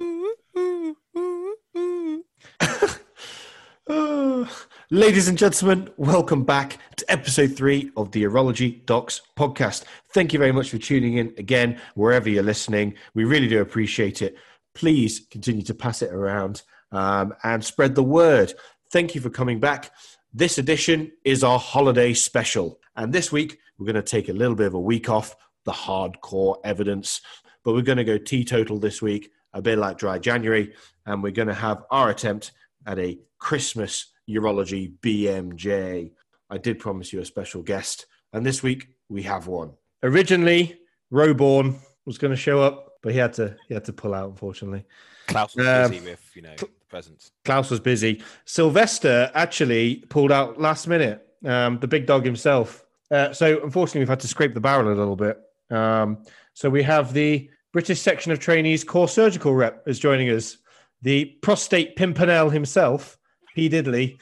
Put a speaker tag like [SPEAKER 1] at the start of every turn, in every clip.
[SPEAKER 1] Ladies and gentlemen, welcome back to episode three of the Urology Docs podcast. Thank you very much for tuning in again, wherever you're listening. We really do appreciate it. Please continue to pass it around um, and spread the word. Thank you for coming back. This edition is our holiday special. And this week, we're going to take a little bit of a week off the hardcore evidence, but we're going to go teetotal this week, a bit like dry January, and we're going to have our attempt at a Christmas urology BMJ. I did promise you a special guest, and this week we have one. Originally, Roborn was going to show up, but he had to he had to pull out, unfortunately.
[SPEAKER 2] Klaus was
[SPEAKER 1] Um,
[SPEAKER 2] busy with you know the presents.
[SPEAKER 1] Klaus was busy. Sylvester actually pulled out last minute. Um, the big dog himself. Uh, so unfortunately, we've had to scrape the barrel a little bit. Um, so we have the British section of trainees core surgical rep is joining us. The prostate pimpernel himself, P Diddley.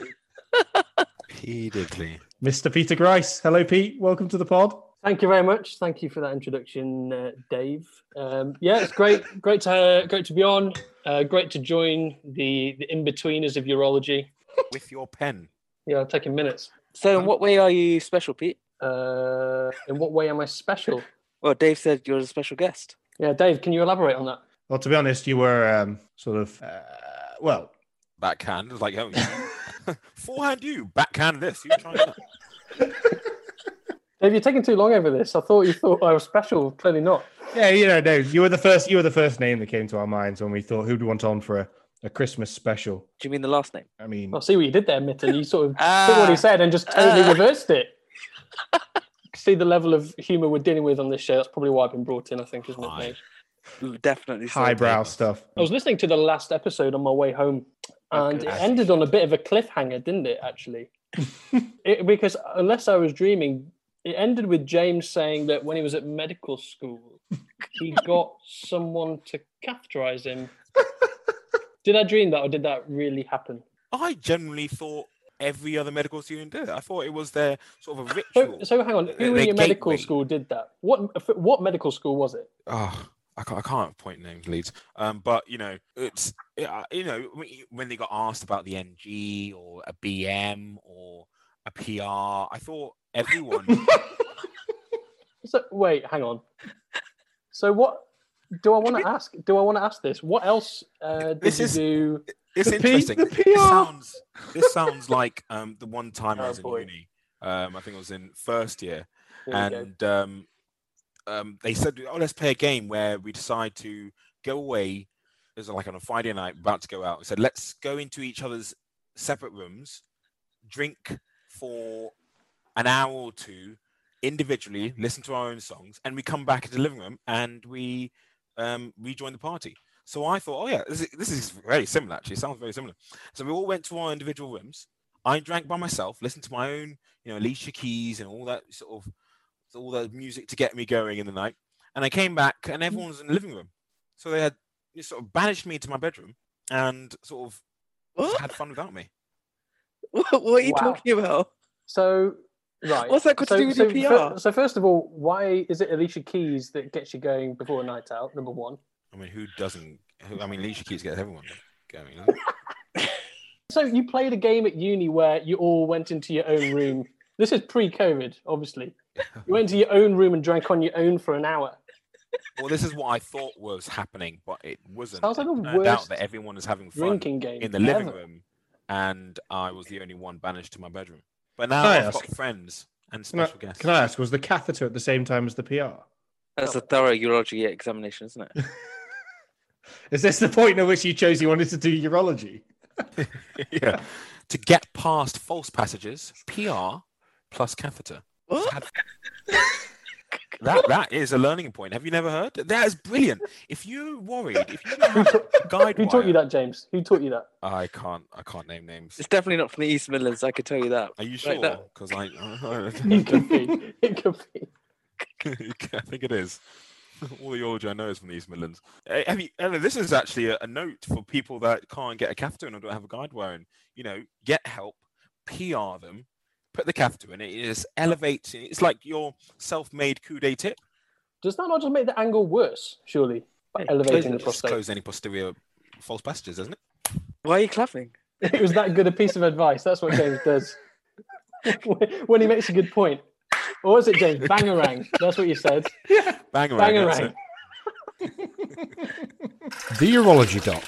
[SPEAKER 2] Repeatedly.
[SPEAKER 1] Mr. Peter Grice. Hello, Pete. Welcome to the pod.
[SPEAKER 3] Thank you very much. Thank you for that introduction, uh, Dave. Um, yeah, it's great, great to great to be on. Uh, great to join the the in betweeners of urology.
[SPEAKER 2] With your pen.
[SPEAKER 3] Yeah, taking minutes.
[SPEAKER 4] So, in what way are you special, Pete?
[SPEAKER 3] Uh, in what way am I special?
[SPEAKER 4] Well, Dave said you're a special guest.
[SPEAKER 3] Yeah, Dave, can you elaborate on that?
[SPEAKER 1] Well, to be honest, you were um, sort of, uh, well,
[SPEAKER 2] Backhand. It's like, oh, you- forehand you. Backhand this. You try that.
[SPEAKER 3] Dave, you're taking too long over this. I thought you thought I was special. Clearly not.
[SPEAKER 1] yeah, you know, no, you were the first, you were the first name that came to our minds when we thought who'd we want on for a, a Christmas special.
[SPEAKER 4] Do you mean the last name?
[SPEAKER 1] I mean,
[SPEAKER 3] I see what you did there, Mitten. You sort of took what
[SPEAKER 4] Ah,
[SPEAKER 3] he said and just totally
[SPEAKER 4] Ah.
[SPEAKER 3] reversed it. see the level of humour we're dealing with on this show. That's probably why I've been brought in. I think, isn't it,
[SPEAKER 2] Fine.
[SPEAKER 3] Dave?
[SPEAKER 4] definitely. so.
[SPEAKER 1] highbrow stuff.
[SPEAKER 3] I was listening to the last episode on my way home,
[SPEAKER 2] Oh,
[SPEAKER 3] and
[SPEAKER 4] Okay.
[SPEAKER 3] it ended on a bit of a cliffhanger, didn't it? Actually, it, because unless I was dreaming, it ended with James saying that when he was at medical school, he got someone to catheterize him. did I dream that, or did that really happen?
[SPEAKER 2] I generally thought every other medical student did it. I thought it was their sort of a
[SPEAKER 3] So,
[SPEAKER 2] ritual.
[SPEAKER 3] so hang on, who
[SPEAKER 2] They
[SPEAKER 3] in your medical
[SPEAKER 2] gateway.
[SPEAKER 3] school did that? What what medical school was it?
[SPEAKER 2] oh, I can't, I can't point names leads. Um, but you know, it's uh, you know when you- when they got asked about the NG or a BM or a PR, I thought everyone.
[SPEAKER 3] So wait, hang on. So what? Do I want to ask? Do I want to ask this? What else uh, did
[SPEAKER 2] This
[SPEAKER 3] you
[SPEAKER 2] is-
[SPEAKER 3] do?
[SPEAKER 2] it's
[SPEAKER 1] The P-
[SPEAKER 2] interesting.
[SPEAKER 1] the
[SPEAKER 2] This
[SPEAKER 1] PR.
[SPEAKER 2] sounds this sounds like um the one time I
[SPEAKER 3] Oh,
[SPEAKER 2] was in
[SPEAKER 3] boy.
[SPEAKER 2] uni. Um, I think I was in first year,
[SPEAKER 3] Here we go.
[SPEAKER 2] and um, um, they said, "Oh, let's play a game where we decide to go away." It was like on a Friday night, about to go out. We said, "Let's go into each other's separate rooms, drink for an hour or two individually, listen to our own songs, and we come back into the living room and we um, rejoin the party." So I thought, "Oh yeah, this is, this is very similar. Actually, It sounds very similar." So we all went to our individual rooms. I drank by myself, listened to my own, you know, Alicia Keys and all that sort of so all the music to get me going in the night. And I came back,
[SPEAKER 1] Mm-hmm.
[SPEAKER 2] and everyone was in the living room. So they had they sort of banished me to my bedroom and sort of just
[SPEAKER 4] What?
[SPEAKER 2] had fun without me.
[SPEAKER 4] What, what are you
[SPEAKER 3] Wow.
[SPEAKER 4] talking about?
[SPEAKER 3] So, right.
[SPEAKER 4] What's that got to
[SPEAKER 3] so,
[SPEAKER 4] do with
[SPEAKER 3] so
[SPEAKER 4] your PR?
[SPEAKER 3] fir- so, first of all, why is it Alicia Keys that gets you going before a night out? Number one.
[SPEAKER 2] I mean, who doesn't? Who, I mean, Alicia Keys gets everyone going. doesn't it?
[SPEAKER 3] So, you played a game at uni where you all went into your own room. This is pre-COVID, obviously. You went to your own room and drank on your own for an hour.
[SPEAKER 2] well, this is what I thought was happening, but it wasn't.
[SPEAKER 3] Sounds like
[SPEAKER 2] It
[SPEAKER 3] the
[SPEAKER 2] turned out
[SPEAKER 3] worst
[SPEAKER 2] that everyone is having fun
[SPEAKER 3] Drinking game
[SPEAKER 2] in the living
[SPEAKER 3] ever.
[SPEAKER 2] room, and I was the only one banished to my bedroom. But now
[SPEAKER 1] Can I
[SPEAKER 2] I've
[SPEAKER 1] ask-
[SPEAKER 2] got friends and
[SPEAKER 1] Can I,
[SPEAKER 2] special guests.
[SPEAKER 1] can I ask, was the catheter at the same time as the PR?
[SPEAKER 4] That's a thorough urology examination, isn't it?
[SPEAKER 1] Is this the point at which you chose you wanted to do urology?
[SPEAKER 2] yeah. To get past false passages, PR plus catheter.
[SPEAKER 4] What?
[SPEAKER 2] That that is a learning point. Have you never heard? That is brilliant. If you're worried, if you don't have a guide,
[SPEAKER 3] Who taught you
[SPEAKER 2] wire-
[SPEAKER 3] that, James? Who taught you that?
[SPEAKER 2] I can't. I can't name names.
[SPEAKER 4] It's definitely not from the East Midlands. I could tell you that.
[SPEAKER 2] Are you
[SPEAKER 4] Like
[SPEAKER 2] sure?
[SPEAKER 4] that.
[SPEAKER 2] Because I, I
[SPEAKER 3] It could be. It could be.
[SPEAKER 2] think it is. All the urology I know is from the East Midlands. Eh, Have you, Ella, this is actually a, a note for people that can't get a catheter in or don't have a guide wire in. You know, get help, PR them, put the catheter in. It is elevates. It's like your self-made coup day tip.
[SPEAKER 3] Does that not just make the angle worse? Surely, by
[SPEAKER 4] Hey,
[SPEAKER 3] elevating the
[SPEAKER 2] Just
[SPEAKER 3] prostate.
[SPEAKER 2] close any posterior false passages, doesn't it?
[SPEAKER 4] Why are you clapping?
[SPEAKER 3] It was that good a piece of advice. That's what James does. when he makes a good point. Or was it James? Bangarang. That's what you said.
[SPEAKER 2] Bangarang. that's
[SPEAKER 3] Bangarang.
[SPEAKER 2] it.
[SPEAKER 1] The Urology Docs.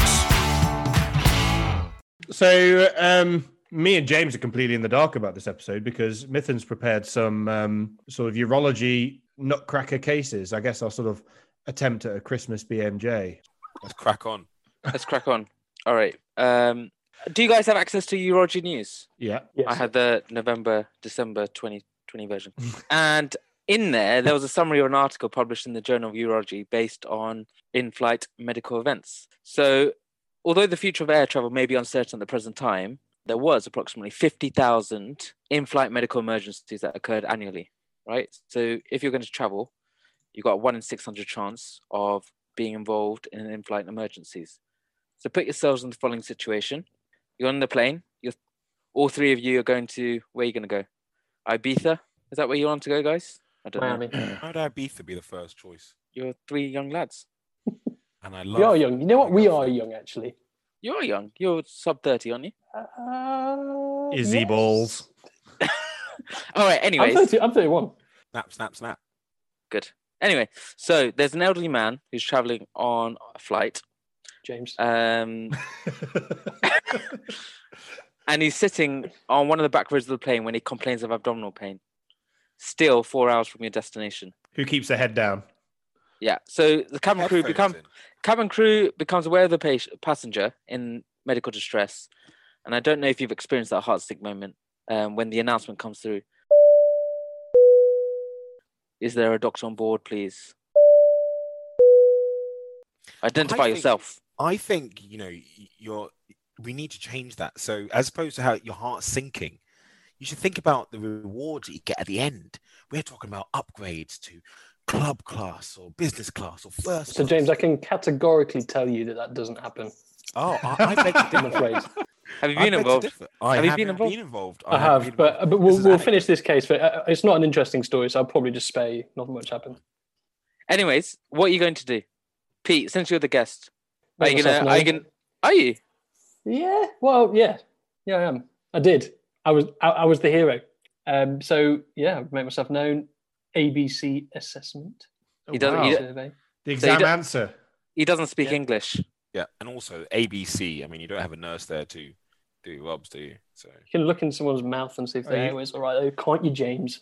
[SPEAKER 1] So, um, me and James are completely in the dark about this episode because Mithen's prepared some um, sort of urology nutcracker cases. I guess I'll sort of attempt at a Christmas BMJ.
[SPEAKER 2] Let's crack on.
[SPEAKER 4] Let's crack on. All right. Um, do you guys have access to Urology News?
[SPEAKER 1] Yeah.
[SPEAKER 3] Yes.
[SPEAKER 4] I had the November, December 2020 version. and in there, there was a summary of an article published in the Journal of Urology based on in flight medical events. So, although the future of air travel may be uncertain at the present time, there was approximately 50,000 in flight medical emergencies that occurred annually, right? So, if you're going to travel, you've got a one in 600 chance of being involved in in flight emergencies. So, put yourselves in the following situation you're on the plane, you're all three of you are going to where are you going to go? Ibiza? Is that where you want to go, guys? I don't know.
[SPEAKER 3] Miami.
[SPEAKER 2] How would Ibiza be the first choice?
[SPEAKER 4] You're three young lads.
[SPEAKER 2] And I love.
[SPEAKER 3] We are young. You know what? We are young, actually.
[SPEAKER 4] You're young. You're sub thirty, aren't you? Oh,
[SPEAKER 3] Uh,
[SPEAKER 1] Izzy
[SPEAKER 3] yes.
[SPEAKER 1] balls.
[SPEAKER 4] All right.
[SPEAKER 3] I'm,
[SPEAKER 4] Anyways,
[SPEAKER 3] 30, I'm 31.
[SPEAKER 2] Snap, snap, snap.
[SPEAKER 4] good. Anyway, so there's an elderly man who's traveling on a flight,
[SPEAKER 3] James.
[SPEAKER 4] um, and he's sitting on one of the back rows of the plane when he complains of abdominal pain. Still four hours from your destination.
[SPEAKER 1] Who keeps their head down?
[SPEAKER 4] Yeah. So the cabin crew
[SPEAKER 2] Headphones
[SPEAKER 4] become
[SPEAKER 2] in.
[SPEAKER 4] cabin crew becomes aware of the patient, passenger in medical distress, and I don't know if you've experienced that heartsick moment um, when the announcement comes through. Is there a doctor on board, please? Identify
[SPEAKER 2] think-
[SPEAKER 4] yourself.
[SPEAKER 2] I think you know y- you're. We need to change that. So as opposed to how your heart's sinking, you should think about the rewards that you get at the end. We're talking about upgrades to club class or business class or first.
[SPEAKER 3] So,
[SPEAKER 2] class.
[SPEAKER 3] James, I can categorically tell you that that doesn't happen.
[SPEAKER 2] Oh, I, I beg to
[SPEAKER 3] I'm
[SPEAKER 2] differ.
[SPEAKER 3] afraid.
[SPEAKER 4] Have you
[SPEAKER 2] I beg
[SPEAKER 4] been
[SPEAKER 2] to
[SPEAKER 4] involved?
[SPEAKER 2] differ. I
[SPEAKER 4] Have you
[SPEAKER 2] have
[SPEAKER 4] been involved?
[SPEAKER 2] been involved.
[SPEAKER 3] I
[SPEAKER 2] have
[SPEAKER 3] have,
[SPEAKER 2] been involved.
[SPEAKER 3] but but we'll,
[SPEAKER 2] This is
[SPEAKER 3] we'll
[SPEAKER 2] anecdote.
[SPEAKER 3] finish this case. But uh, it's not an interesting story, so I'll probably just spare you. Not much happened.
[SPEAKER 4] Anyways, what are you going to do, Pete? Since you're the guest, are
[SPEAKER 3] Make
[SPEAKER 4] you gonna?
[SPEAKER 3] myself
[SPEAKER 4] Are you
[SPEAKER 3] known.
[SPEAKER 4] gonna? Are you?
[SPEAKER 3] Yeah. Well, yeah. Yeah, I am. I did. I was. I, I was the hero. Um. So yeah, make myself known. ABC assessment
[SPEAKER 1] Oh,
[SPEAKER 4] He doesn't-
[SPEAKER 1] wow.
[SPEAKER 4] he don't-
[SPEAKER 3] survey.
[SPEAKER 1] the
[SPEAKER 4] so he
[SPEAKER 1] exam
[SPEAKER 4] don't-
[SPEAKER 1] answer.
[SPEAKER 4] He doesn't speak
[SPEAKER 2] Yeah.
[SPEAKER 4] English.
[SPEAKER 2] Yeah, and also ABC. I mean, you don't have a nurse there to do rubs, do you? So
[SPEAKER 3] You can look in someone's mouth and see if
[SPEAKER 1] Are
[SPEAKER 3] their
[SPEAKER 1] you-
[SPEAKER 3] airway's all right. Oh, can't you, James?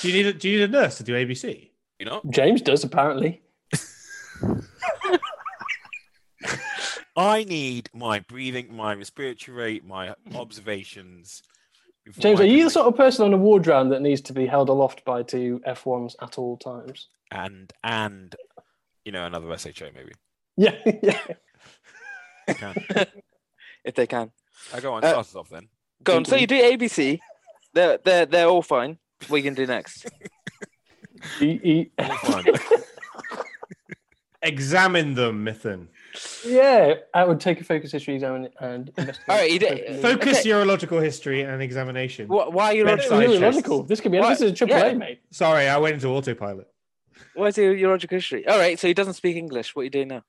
[SPEAKER 1] Do you need a, do you need a nurse to do ABC?
[SPEAKER 2] you know,
[SPEAKER 3] James does apparently.
[SPEAKER 2] I need my breathing, my respiratory rate, my observations. before
[SPEAKER 3] James,
[SPEAKER 2] I
[SPEAKER 3] are
[SPEAKER 2] can
[SPEAKER 3] you the
[SPEAKER 2] make-
[SPEAKER 3] sort of person on a ward round that needs to be held aloft by two F1s at all times?
[SPEAKER 2] and and you know another SHO maybe.
[SPEAKER 3] Yeah, yeah.
[SPEAKER 2] Can.
[SPEAKER 4] If they can.
[SPEAKER 2] I go on.
[SPEAKER 4] Uh,
[SPEAKER 2] Start us off then.
[SPEAKER 4] Go on. So you do ABC. They're they're they're all fine. What are you gonna do next?
[SPEAKER 3] E- e-
[SPEAKER 2] All fine.
[SPEAKER 1] Examine them, Mithen.
[SPEAKER 3] yeah, I would take a focus history exam and investigate.
[SPEAKER 4] All right, you do-
[SPEAKER 3] appropriately.
[SPEAKER 4] Fo-
[SPEAKER 1] Focus
[SPEAKER 4] Okay.
[SPEAKER 1] urological history and examination.
[SPEAKER 4] Why, why are you
[SPEAKER 1] Bedside
[SPEAKER 4] urological?
[SPEAKER 1] Side
[SPEAKER 3] Really
[SPEAKER 1] shows.
[SPEAKER 3] logical. This could be.
[SPEAKER 4] What?
[SPEAKER 3] This is a triple
[SPEAKER 4] Yeah.
[SPEAKER 3] A, mate.
[SPEAKER 1] Sorry, I went into autopilot.
[SPEAKER 4] Why is he urological history? All right, so he doesn't speak English. What are you doing now?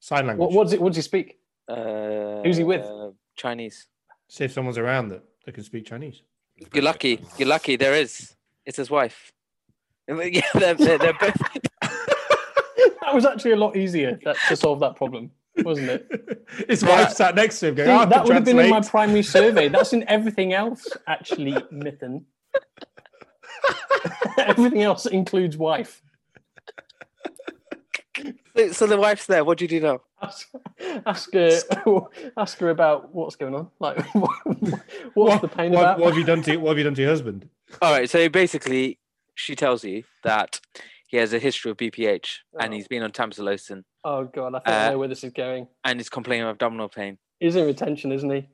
[SPEAKER 1] Sign language.
[SPEAKER 3] What, what does it? What does he speak?
[SPEAKER 4] Uh,
[SPEAKER 3] Who's he with?
[SPEAKER 4] uh, Chinese.
[SPEAKER 1] See if someone's around that, that can speak Chinese.
[SPEAKER 4] You're lucky. You're lucky. There is. It's his wife. Yeah, they're, they're, they're both.
[SPEAKER 3] That was actually a lot easier that, to solve that problem, wasn't it?
[SPEAKER 1] His
[SPEAKER 4] Yeah.
[SPEAKER 1] wife sat next to him going,
[SPEAKER 3] See,
[SPEAKER 1] I have
[SPEAKER 3] that
[SPEAKER 1] to
[SPEAKER 3] would have been in my
[SPEAKER 1] translate."
[SPEAKER 3] primary survey. That's in everything else, actually, Mithen. everything else includes wife.
[SPEAKER 4] So- So the wife's there. What do you do now?
[SPEAKER 3] Ask, ask her. ask her about what's going on. Like, what, what's
[SPEAKER 1] what,
[SPEAKER 3] the pain
[SPEAKER 1] what-
[SPEAKER 3] about?
[SPEAKER 1] what have you done to what have you done to your husband?
[SPEAKER 4] All right. So basically, she tells you that he has a history of BPH and
[SPEAKER 3] Oh.
[SPEAKER 4] he's been on tamsulosin
[SPEAKER 3] oh God, I think I
[SPEAKER 4] Uh,
[SPEAKER 3] know where this is going.
[SPEAKER 4] and he's complaining of abdominal pain.
[SPEAKER 3] He's in retention, isn't he?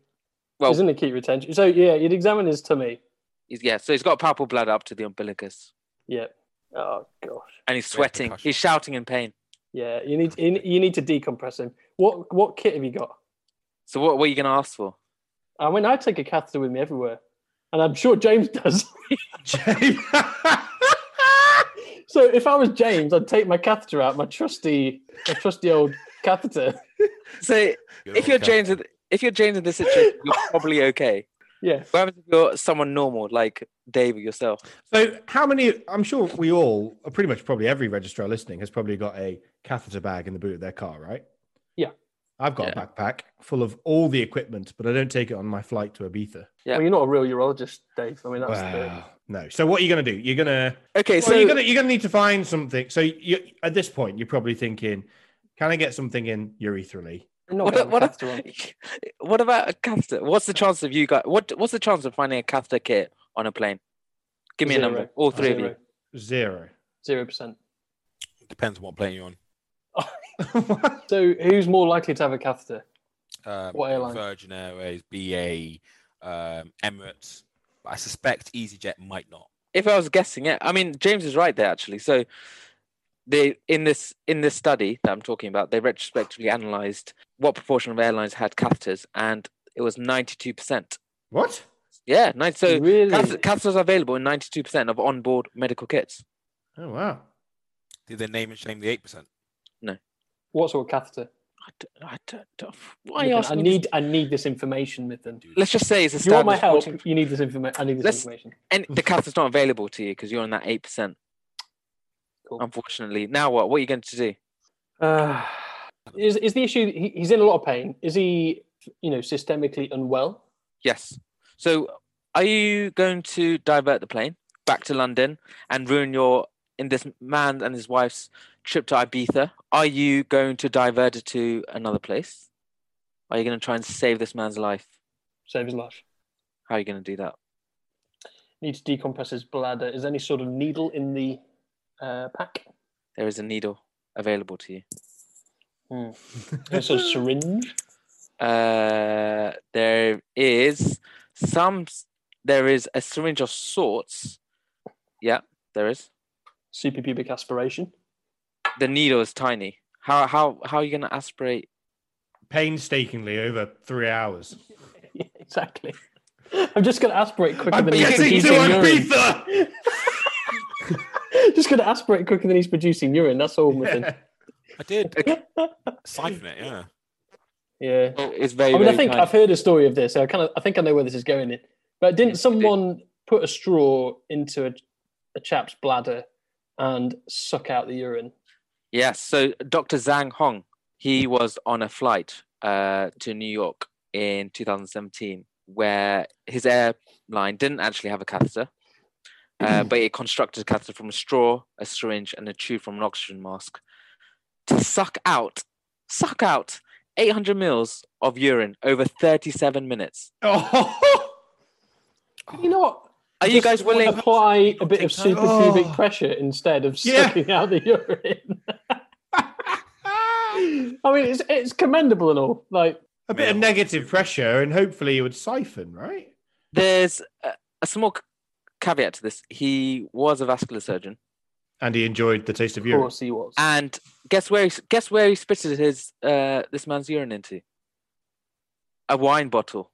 [SPEAKER 4] Well-
[SPEAKER 3] he's in acute retention. So yeah, you'd examine his tummy.
[SPEAKER 4] He's, yeah. So he's got a purple bladder up to the umbilicus
[SPEAKER 3] Yeah. Oh gosh.
[SPEAKER 4] and he's
[SPEAKER 2] Great
[SPEAKER 4] sweating.
[SPEAKER 2] percussion.
[SPEAKER 4] He's shouting in pain.
[SPEAKER 3] Yeah, you need you you need to decompress him. What what kit have you got?
[SPEAKER 4] So what, what are you going to ask for?
[SPEAKER 3] I mean, I take a catheter with me everywhere, and I'm sure James does.
[SPEAKER 1] James-
[SPEAKER 3] so if I was James, I'd take my catheter out, my trusty, my trusty old catheter,
[SPEAKER 4] So
[SPEAKER 2] Good
[SPEAKER 4] if
[SPEAKER 2] old
[SPEAKER 4] you're
[SPEAKER 2] Kev.
[SPEAKER 4] James, in- if you're James in this situation, you're probably okay.
[SPEAKER 3] Yeah.
[SPEAKER 4] What happens if you're someone normal like Dave or yourself?
[SPEAKER 1] So, how many? I'm sure we all, pretty much, probably every registrar listening has probably got a catheter bag in the boot of their car, right?
[SPEAKER 3] Yeah.
[SPEAKER 1] I've got a backpack full of all the equipment, but I don't take it on my flight to Ibiza.
[SPEAKER 4] Yeah.
[SPEAKER 3] Well, you're not a real urologist, Dave. I mean, that's
[SPEAKER 1] Wow. No. So, what are you going to do? You're going to
[SPEAKER 4] Okay,
[SPEAKER 1] well,
[SPEAKER 4] so
[SPEAKER 1] you're gonna you're gonna need to find something. So you at this point, you're probably thinking, can I get something in urethrally?
[SPEAKER 3] the. Not
[SPEAKER 4] What
[SPEAKER 3] getting
[SPEAKER 4] a- what
[SPEAKER 3] a
[SPEAKER 4] a-
[SPEAKER 3] catheter on.
[SPEAKER 4] what about a catheter? What's the chance of you guys? What What's the chance of finding a catheter kit on a plane? Give me a number.
[SPEAKER 3] Zero.
[SPEAKER 4] All three of you.
[SPEAKER 3] Zero.
[SPEAKER 1] Zero.
[SPEAKER 3] Zero percent.
[SPEAKER 2] Depends on what plane you're on.
[SPEAKER 1] What?
[SPEAKER 3] So who's more likely to have a catheter?
[SPEAKER 2] Um,
[SPEAKER 3] What airline?
[SPEAKER 2] Virgin Airways, BA, um, Emirates. But I suspect EasyJet might not.
[SPEAKER 4] If I was guessing, yeah. I mean, James is right there actually. So they in this in this study that I'm talking about, they retrospectively analysed what proportion of airlines had catheters, and it was 92 percent.
[SPEAKER 1] what?
[SPEAKER 4] Yeah, nine, so
[SPEAKER 3] really?
[SPEAKER 4] Catheters, catheters are available in 92% of onboard medical kits.
[SPEAKER 1] Oh wow.
[SPEAKER 2] Did they name and shame the eight percent?
[SPEAKER 3] What sort of catheter?
[SPEAKER 4] I don't, I don't, don't- why are you
[SPEAKER 3] Mithen, I
[SPEAKER 4] asking me
[SPEAKER 3] need I need this information, Mithen.
[SPEAKER 4] this? Let's just say it's a
[SPEAKER 3] If you want my help,
[SPEAKER 4] standard.
[SPEAKER 3] you need this information. I need this
[SPEAKER 4] Let's-
[SPEAKER 3] information.
[SPEAKER 4] And the catheter's not available to you because you're on that 8%.
[SPEAKER 3] Cool.
[SPEAKER 4] Unfortunately. Now what? What are you going to do?
[SPEAKER 3] Uh, is is the issue? He, he's in a lot of pain. Is he, you know, systemically unwell?
[SPEAKER 4] Yes. So are you going to divert the plane back to London and ruin your, in this man and his wife's trip to Ibiza? Are you going to divert it to another place? Are you going to try and save this man's life?
[SPEAKER 3] Save his life.
[SPEAKER 4] How are you going to do that?
[SPEAKER 3] Need to decompress his bladder. Is there any sort of needle in the uh, pack?
[SPEAKER 4] There is a needle available to you.
[SPEAKER 3] Any sort of syringe?
[SPEAKER 4] Uh, there is some. s- There is a syringe of sorts. Yeah, there is.
[SPEAKER 3] Suprapubic aspiration.
[SPEAKER 4] The needle is tiny. How how how are you gonna aspirate?
[SPEAKER 1] Painstakingly over three hours.
[SPEAKER 3] Yeah, exactly. I'm just going to aspirate quicker
[SPEAKER 1] I'm
[SPEAKER 3] than he's
[SPEAKER 1] getting to
[SPEAKER 3] producing urine.
[SPEAKER 1] Ibiza.
[SPEAKER 3] just going to aspirate quicker than he's producing urine. That's all, Mithen.
[SPEAKER 1] Yeah.
[SPEAKER 2] I did
[SPEAKER 4] Okay.
[SPEAKER 2] siphon it. Yeah.
[SPEAKER 3] Yeah.
[SPEAKER 4] Oh, It's very.
[SPEAKER 3] I mean, I
[SPEAKER 4] very
[SPEAKER 3] think
[SPEAKER 4] tiny.
[SPEAKER 3] I've heard a story of this. I kind of, I think I know where this is going. In, but didn't
[SPEAKER 4] Yes, you do.
[SPEAKER 3] someone put a straw into a, a chap's bladder and suck out the urine?
[SPEAKER 4] Yes. So Dr. Zhang Hong, he was on a flight uh, to New York in 2017, where his airline didn't actually have a catheter, uh,
[SPEAKER 3] Mm-hmm.
[SPEAKER 4] but it constructed a catheter from a straw, a syringe, and a tube from an oxygen mask to suck out, suck out 800 mils of urine over 37 minutes.
[SPEAKER 1] Oh.
[SPEAKER 3] You know what?
[SPEAKER 4] Are you
[SPEAKER 3] Just
[SPEAKER 4] guys willing?
[SPEAKER 3] apply a bit of
[SPEAKER 2] Take
[SPEAKER 1] time.
[SPEAKER 3] superpubic
[SPEAKER 1] Oh.
[SPEAKER 3] pressure instead of
[SPEAKER 1] Yeah.
[SPEAKER 3] sucking out the urine? I mean, it's it's commendable and all. Like,
[SPEAKER 1] A bit of negative pressure, and hopefully it would siphon, right?
[SPEAKER 4] There's a, a small c- caveat to this. He was a vascular surgeon.
[SPEAKER 1] And he enjoyed the taste of
[SPEAKER 3] of
[SPEAKER 1] urine.
[SPEAKER 3] course he was.
[SPEAKER 4] And guess where? He, guess where he spitted his uh, this man's urine into? A wine bottle.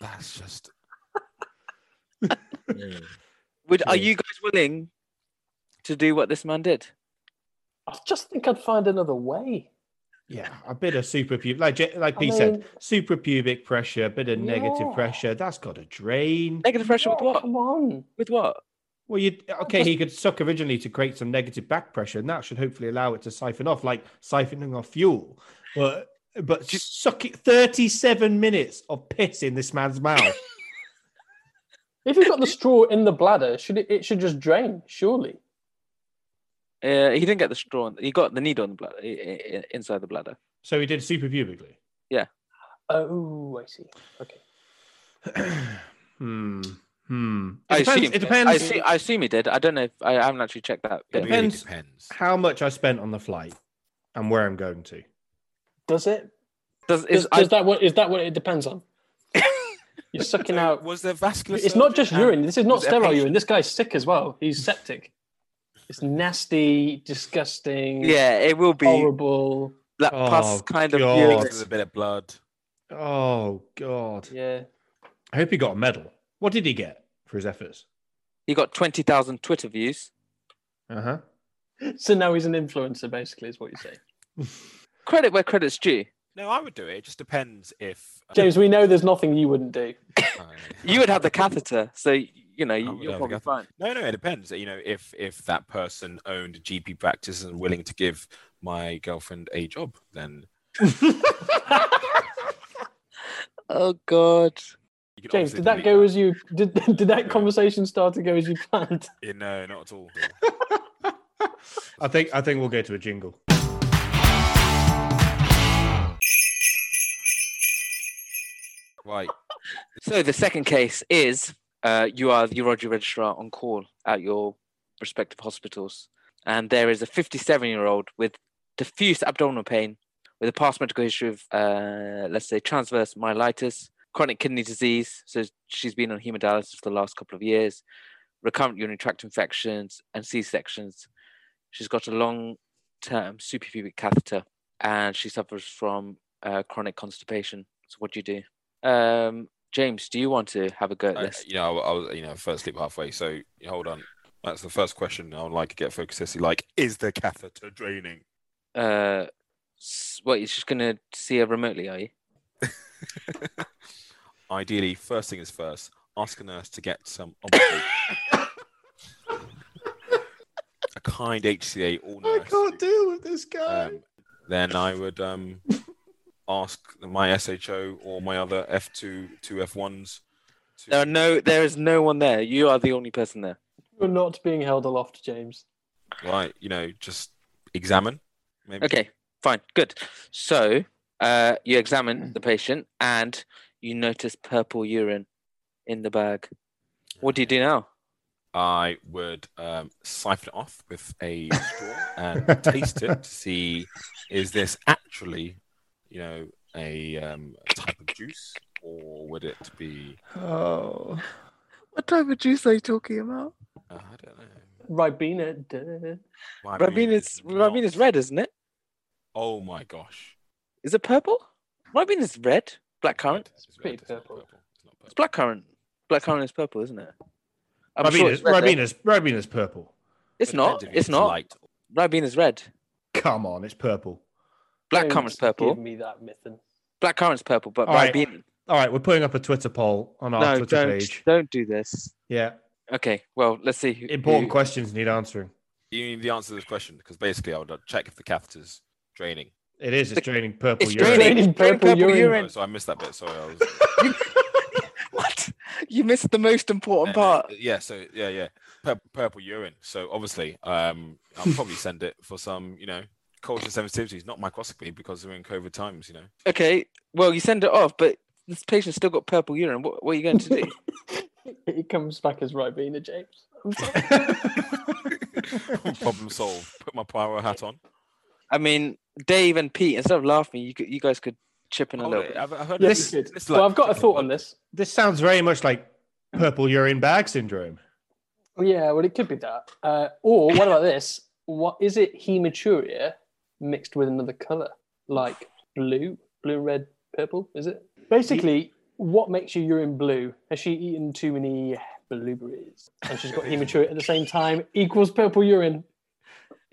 [SPEAKER 2] That's just.
[SPEAKER 4] Would are you guys willing to do what this man did?
[SPEAKER 3] I just think I'd find another way.
[SPEAKER 1] Yeah, a bit of suprapubic, like Je- like
[SPEAKER 3] I
[SPEAKER 1] P said,
[SPEAKER 3] mean-
[SPEAKER 1] suprapubic pressure, a bit of negative
[SPEAKER 3] Yeah.
[SPEAKER 1] pressure. That's got to drain.
[SPEAKER 4] Negative pressure with
[SPEAKER 3] Oh,
[SPEAKER 4] what?
[SPEAKER 3] Come on.
[SPEAKER 4] With what?
[SPEAKER 1] Well, you okay? He could suck originally to create some negative back pressure, and that should hopefully allow it to siphon off, like siphoning off fuel. But but just suck it. Thirty-seven minutes of piss in this man's mouth.
[SPEAKER 3] If you've got the straw in the bladder, should it, it should just drain? Surely.
[SPEAKER 4] Uh, he didn't get the straw. in- He got the needle in the bladder, i- i- i- inside the bladder.
[SPEAKER 1] so he did superpubically.
[SPEAKER 3] Oh, I see. Okay.
[SPEAKER 1] hmm. Hmm. It
[SPEAKER 4] I
[SPEAKER 1] depends.
[SPEAKER 4] assume.
[SPEAKER 1] It depends
[SPEAKER 4] I assume, I assume he did. I don't know. If, I, I haven't actually checked that.
[SPEAKER 2] It
[SPEAKER 4] bit.
[SPEAKER 1] Depends.
[SPEAKER 2] really depends.
[SPEAKER 1] how much I spent on the flight and where I'm going to.
[SPEAKER 3] Does it?
[SPEAKER 4] Does,
[SPEAKER 3] Is,
[SPEAKER 4] is, I,
[SPEAKER 3] is that what is that what it depends on? You're sucking out.
[SPEAKER 2] Uh, Was there vascular?
[SPEAKER 3] It's not just
[SPEAKER 2] surgery and-
[SPEAKER 3] urine. This is not
[SPEAKER 2] was um, it a
[SPEAKER 3] sterile
[SPEAKER 2] patient?
[SPEAKER 3] urine. This guy's sick as well. He's septic. It's nasty, disgusting,
[SPEAKER 4] yeah, it will be
[SPEAKER 2] Oh,
[SPEAKER 3] horrible.
[SPEAKER 4] that
[SPEAKER 1] Oh,
[SPEAKER 4] pus kind of
[SPEAKER 1] God.
[SPEAKER 4] urine.
[SPEAKER 2] There's a bit of blood.
[SPEAKER 1] Oh God!
[SPEAKER 3] Yeah.
[SPEAKER 1] I hope he got a medal. What did he get for his efforts?
[SPEAKER 4] He got twenty thousand Twitter views.
[SPEAKER 1] Uh huh.
[SPEAKER 3] So now he's an influencer, basically, is what you say.
[SPEAKER 4] Credit where credit's due.
[SPEAKER 2] No, I would do it. It just depends if uh,
[SPEAKER 3] James, we know there's nothing you wouldn't do.
[SPEAKER 2] I-
[SPEAKER 4] You would have the catheter, so you know
[SPEAKER 2] I would
[SPEAKER 4] you- you're
[SPEAKER 2] have the
[SPEAKER 4] probably
[SPEAKER 2] catheter.
[SPEAKER 4] fine.
[SPEAKER 2] No, no, it depends. You know, if if that person owned a GP practice and willing to give my girlfriend a job, then
[SPEAKER 4] Oh God.
[SPEAKER 2] you can
[SPEAKER 3] James,
[SPEAKER 2] obviously
[SPEAKER 3] did that
[SPEAKER 2] delete
[SPEAKER 3] go as you did? Did that conversation start to go as you planned?
[SPEAKER 2] Yeah, no, not at all.
[SPEAKER 1] I think I think we'll go to a jingle.
[SPEAKER 2] right.
[SPEAKER 4] So the second case is uh, you are the urology registrar on call at your respective hospitals, and there is a 57-year-old with diffuse abdominal pain, with a past medical history of, uh, let's say, transverse myelitis, chronic kidney disease. So she's been on hemodialysis for the last couple of years, recurrent urinary tract infections and C-sections. She's got a long-term suprapubic catheter, and she suffers from uh, chronic constipation. So what do you do? Um, James, do you want to have a go at
[SPEAKER 2] I,
[SPEAKER 4] this?
[SPEAKER 2] you know, I, I was you know first sleep halfway. So hold on. That's the first question I would like to get focused. Sissy. Like, is the catheter draining?
[SPEAKER 4] Uh, s- what, you're just going to see her remotely, are you?
[SPEAKER 2] Ideally, first thing is first. Ask a nurse to get some obviously, a kind HCA all nurse.
[SPEAKER 1] deal with this
[SPEAKER 2] um, then I would um, ask my SHO or my other F2, two F1s. To...
[SPEAKER 4] There are no, there is no one there. You are the only person there.
[SPEAKER 3] You're not being held aloft, James.
[SPEAKER 2] Right, you know, just examine. Maybe.
[SPEAKER 4] Okay, fine, good. So uh, you examine the patient and you notice purple urine in the bag. What do you do now?
[SPEAKER 2] I would um, siphon it off with a straw and taste it to see is this actually, you know, a um, type of juice or would it be,
[SPEAKER 4] Oh, what type of juice are you talking about?
[SPEAKER 2] uh, I don't know.
[SPEAKER 3] Ribena. duh.
[SPEAKER 4] Rabin is Rabin is red, isn't it?
[SPEAKER 2] Oh my gosh.
[SPEAKER 4] Is it purple? Rabin is red. Black currant.
[SPEAKER 2] It's
[SPEAKER 3] pretty
[SPEAKER 2] red, it's not
[SPEAKER 3] purple.
[SPEAKER 2] It's not purple.
[SPEAKER 4] It's black currant. Black currant is purple, isn't it? I'm sure
[SPEAKER 1] Ribina's,
[SPEAKER 4] it's red, though.
[SPEAKER 1] Ribina's, Ribina's purple.
[SPEAKER 4] It's
[SPEAKER 2] Depends
[SPEAKER 4] not.
[SPEAKER 2] if
[SPEAKER 4] It's not.
[SPEAKER 2] light
[SPEAKER 4] Ribena is red.
[SPEAKER 1] Come on, it's purple.
[SPEAKER 4] Black
[SPEAKER 3] Don't
[SPEAKER 4] currant's
[SPEAKER 3] Give
[SPEAKER 4] purple.
[SPEAKER 3] me that mythen.
[SPEAKER 4] Black currant's purple, but
[SPEAKER 1] All right.
[SPEAKER 4] Ribena.
[SPEAKER 1] All right, we're putting up a Twitter poll on our
[SPEAKER 4] No,
[SPEAKER 1] Twitter
[SPEAKER 4] don't
[SPEAKER 1] page.
[SPEAKER 4] don't do this.
[SPEAKER 1] Yeah,
[SPEAKER 4] Okay. Well, let's see. Who,
[SPEAKER 1] important
[SPEAKER 4] who-
[SPEAKER 1] questions need answering.
[SPEAKER 2] You need the answer to this question because basically I would uh, check if the catheter's draining.
[SPEAKER 1] It is. It's
[SPEAKER 4] The-
[SPEAKER 1] draining purple
[SPEAKER 4] It's
[SPEAKER 1] urine.
[SPEAKER 4] draining,
[SPEAKER 3] Draining
[SPEAKER 4] draining
[SPEAKER 3] purple
[SPEAKER 4] purple,
[SPEAKER 3] urine.
[SPEAKER 4] urine.
[SPEAKER 2] Oh, so I missed that bit. Sorry, I was. uh,
[SPEAKER 4] What? You missed the most important part.
[SPEAKER 2] yeah. So yeah, yeah. Pur- purple urine. So obviously, um, I'll probably send it for some, you know, culture sensitivities, not microscopy because we're in COVID times. You know,
[SPEAKER 4] Okay. Well, you send it off, but this patient's still got purple urine. What, what are you going to do?
[SPEAKER 3] It comes back as Ribena, James. I'm sorry.
[SPEAKER 2] problem solved. Put my pyro hat on.
[SPEAKER 4] I mean, Dave and Pete, instead of laughing, you could, you guys could chip in a
[SPEAKER 2] Hold
[SPEAKER 4] little
[SPEAKER 2] it,
[SPEAKER 4] bit.
[SPEAKER 2] I've, I've heard
[SPEAKER 3] Yeah,
[SPEAKER 2] this.
[SPEAKER 3] you could.
[SPEAKER 2] this
[SPEAKER 3] well,
[SPEAKER 2] like-
[SPEAKER 3] I've got a thought on this.
[SPEAKER 1] this sounds very much like purple urine bag syndrome.
[SPEAKER 3] Yeah, well, it could be that. Uh, or what about this? What is it? Hematuria mixed with another color, like blue, blue, red, purple. Is it basically what makes your urine blue? Has she eaten too many blueberries and she's got hematuria at the same time? Equals purple urine.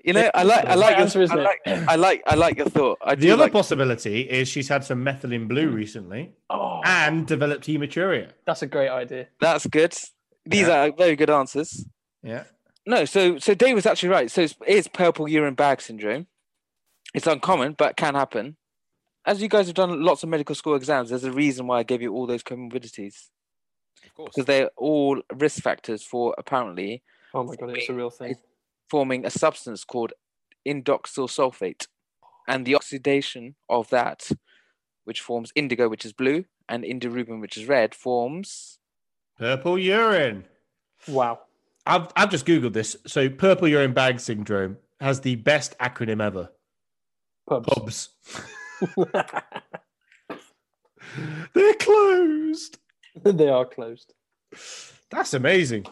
[SPEAKER 4] You know, I like I
[SPEAKER 3] That's
[SPEAKER 4] like
[SPEAKER 3] the answer,
[SPEAKER 4] your,
[SPEAKER 3] isn't
[SPEAKER 4] I
[SPEAKER 3] it?
[SPEAKER 4] like, I like I like your thought. I
[SPEAKER 1] The
[SPEAKER 4] do
[SPEAKER 1] other
[SPEAKER 4] like- Hmm.
[SPEAKER 1] possibility is she's had some methylene blue recently
[SPEAKER 3] Oh,
[SPEAKER 1] and developed hematuria.
[SPEAKER 3] that's a great idea.
[SPEAKER 4] that's good. These are very good answers.
[SPEAKER 1] Yeah.
[SPEAKER 4] No, so so Dave was actually right. So it's, it is purple urine bag syndrome. It's uncommon, but can happen. As you guys have done lots of medical school exams, there's a reason why I gave you all those comorbidities
[SPEAKER 2] Of course.
[SPEAKER 4] because they're all risk factors for apparently
[SPEAKER 3] Oh my god, it's a real thing.
[SPEAKER 4] forming a substance called indoxyl sulfate, and the oxidation of that, which forms indigo, which is blue, and indirubin, which is red, forms.
[SPEAKER 1] Purple urine.
[SPEAKER 3] Wow.
[SPEAKER 1] I've, I've just Googled this. So, purple urine bag syndrome has the best acronym ever
[SPEAKER 3] Pubs.
[SPEAKER 1] PUBS. They're closed.
[SPEAKER 3] they are closed.
[SPEAKER 1] That's amazing.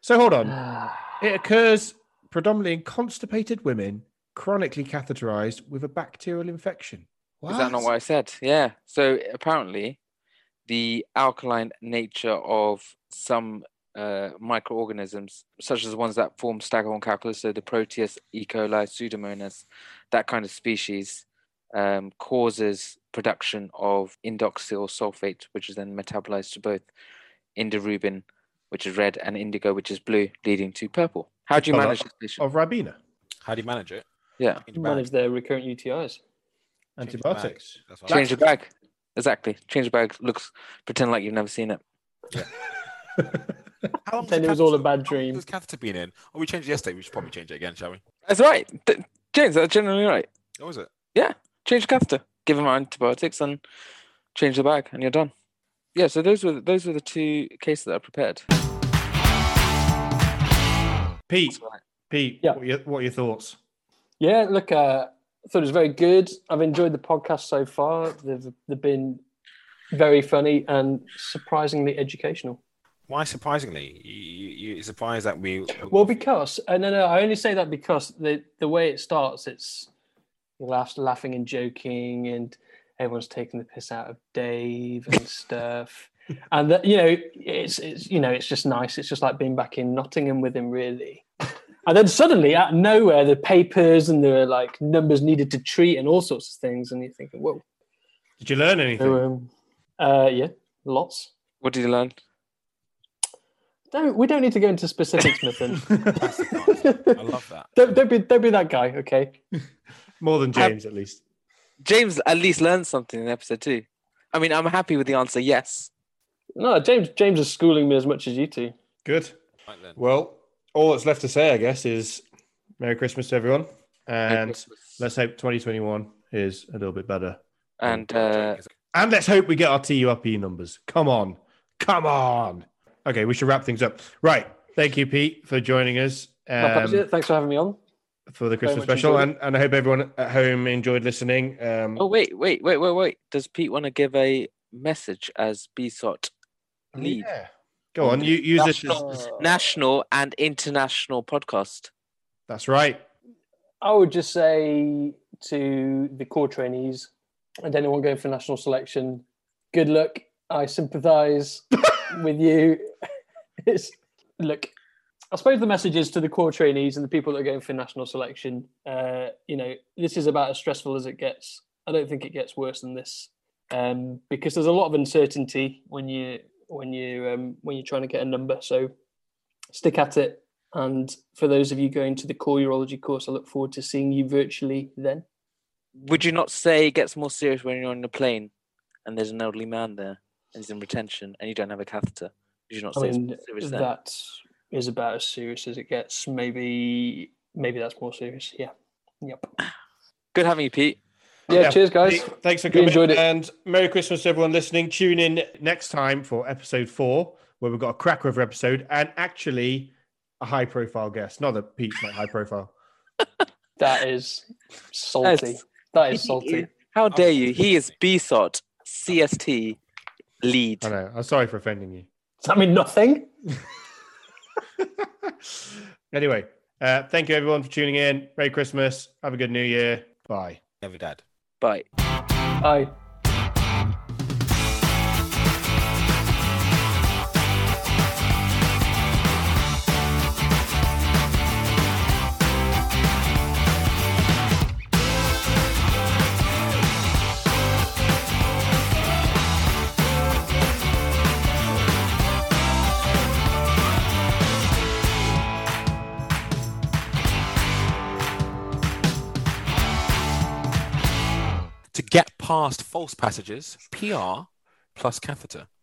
[SPEAKER 1] So, hold on.
[SPEAKER 3] That's
[SPEAKER 1] It occurs predominantly in constipated women, chronically catheterized with a bacterial infection. What?
[SPEAKER 4] Is that not what I said? Yeah. So apparently, the alkaline nature of some uh, microorganisms, such as the ones that form staghorn calculus, so the Proteus, E. coli, Pseudomonas, that kind of species, um, causes production of indoxyl sulfate, which is then metabolized to both indirubin, which is red, and indigo, which is blue, leading to purple. How do you
[SPEAKER 1] Oh, that-
[SPEAKER 4] manage this patient?
[SPEAKER 1] Of Ribena,
[SPEAKER 2] How do you manage it?
[SPEAKER 4] Yeah,
[SPEAKER 2] Change the bag.
[SPEAKER 3] Manage their recurrent UTIs.
[SPEAKER 2] Change the
[SPEAKER 1] antibiotics.
[SPEAKER 2] bag. That's what I-
[SPEAKER 4] change the bag. Exactly, change the bag. Looks pretend like you've never seen it.
[SPEAKER 2] How long
[SPEAKER 3] Then
[SPEAKER 2] does
[SPEAKER 3] it was all a
[SPEAKER 2] catheter-
[SPEAKER 3] bad
[SPEAKER 2] how long
[SPEAKER 3] dream.
[SPEAKER 2] Does catheter been in? Oh, we changed it yesterday. We should probably change it again, shall we?
[SPEAKER 4] That's right, Th- James. That's generally right.
[SPEAKER 2] What was it?
[SPEAKER 4] change the catheter, give him antibiotics, and change the bag, and you're done. Yeah, so those were those were the two cases that I prepared.
[SPEAKER 1] Pete, Pete,
[SPEAKER 3] Yeah.
[SPEAKER 1] what, are your, what are your thoughts?
[SPEAKER 3] Yeah, look, uh, I thought it was very good. I've enjoyed the podcast so far. They've, they've been very funny and surprisingly educational.
[SPEAKER 2] Why surprisingly? You, you, you surprised that we.
[SPEAKER 3] Well, because uh, no, no, I only say that because the the way it starts, it's laughs, laughing and joking, and everyone's taking the piss out of Dave and stuff. and that you know, it's it's you know, it's just nice. It's just like being back in Nottingham with him, really. And then suddenly, out of nowhere, the papers and the like numbers needed to treat and all sorts of things, and you're thinking, whoa,
[SPEAKER 1] Did you learn anything?
[SPEAKER 3] so, um, uh, yeah, lots.
[SPEAKER 4] What did you learn?
[SPEAKER 3] Don't we don't need to go into specifics, Mifflin.
[SPEAKER 2] I love that.
[SPEAKER 3] don't, don't be don't be that guy, okay?
[SPEAKER 1] More than
[SPEAKER 4] Ab-
[SPEAKER 1] James, at least.
[SPEAKER 4] James at least learned something in episode two. I mean, I'm happy with the answer. Yes,
[SPEAKER 3] No, James. James is schooling me as much as you two.
[SPEAKER 1] Good.
[SPEAKER 2] Right then.
[SPEAKER 1] Well, all that's left to say, I guess, is Merry Christmas to everyone. And let's hope 2021 is a little bit better.
[SPEAKER 4] and uh,
[SPEAKER 1] And let's hope we get our TURP numbers. Come on. Come on. Okay, we should wrap things up. Right. Thank you, Pete, for joining us
[SPEAKER 3] My pleasure.
[SPEAKER 1] um,
[SPEAKER 3] Thanks for having me on.
[SPEAKER 1] for the Christmas
[SPEAKER 3] much
[SPEAKER 1] special.
[SPEAKER 3] enjoyed
[SPEAKER 1] And, and I hope everyone at home enjoyed listening. Um,
[SPEAKER 4] oh wait, wait, wait, wait, wait. Does Pete want to give a message as BSOT lead?
[SPEAKER 1] Oh, yeah. Go on. You, use this. As,
[SPEAKER 4] National and international podcast.
[SPEAKER 1] that's right.
[SPEAKER 3] I would just say to the core trainees and anyone going for national selection, good luck. I sympathise with you. It's, look, I suppose the message is to the core trainees and the people that are going for national selection. Uh, you know, this is about as stressful as it gets. I don't think it gets worse than this um, because there's a lot of uncertainty when you when you um, when you're trying to get a number. So stick at it, and for those of you going to the core urology course, I look forward to seeing you virtually then.
[SPEAKER 4] Would you not say it gets more serious when you're on the plane and there's an elderly man there and he's in retention and you don't have a catheter? Would you not
[SPEAKER 3] I
[SPEAKER 4] say
[SPEAKER 3] mean,
[SPEAKER 4] it's more serious then?
[SPEAKER 3] that is about as serious as it gets. Maybe, maybe that's more serious. Yeah. Yep.
[SPEAKER 4] Good having you, Pete.
[SPEAKER 3] Yeah. Cheers, guys.
[SPEAKER 1] Hey, Thanks for
[SPEAKER 3] We
[SPEAKER 1] coming.
[SPEAKER 3] enjoyed it.
[SPEAKER 1] And Merry Christmas to everyone listening. Tune in next time for episode four, where we've got a crack river episode and actually a high profile guest. Not that Pete's not high profile.
[SPEAKER 3] That is salty. That is salty.
[SPEAKER 4] How dare you? He is BSOT CST lead.
[SPEAKER 1] I know. I'm sorry for offending you.
[SPEAKER 3] Does that mean nothing?
[SPEAKER 1] anyway, uh, thank you everyone for tuning in. Merry Christmas. Have a good new year. Bye.
[SPEAKER 2] Never dad.
[SPEAKER 4] Bye.
[SPEAKER 3] Aye.
[SPEAKER 2] To get past false passages, PR plus catheter.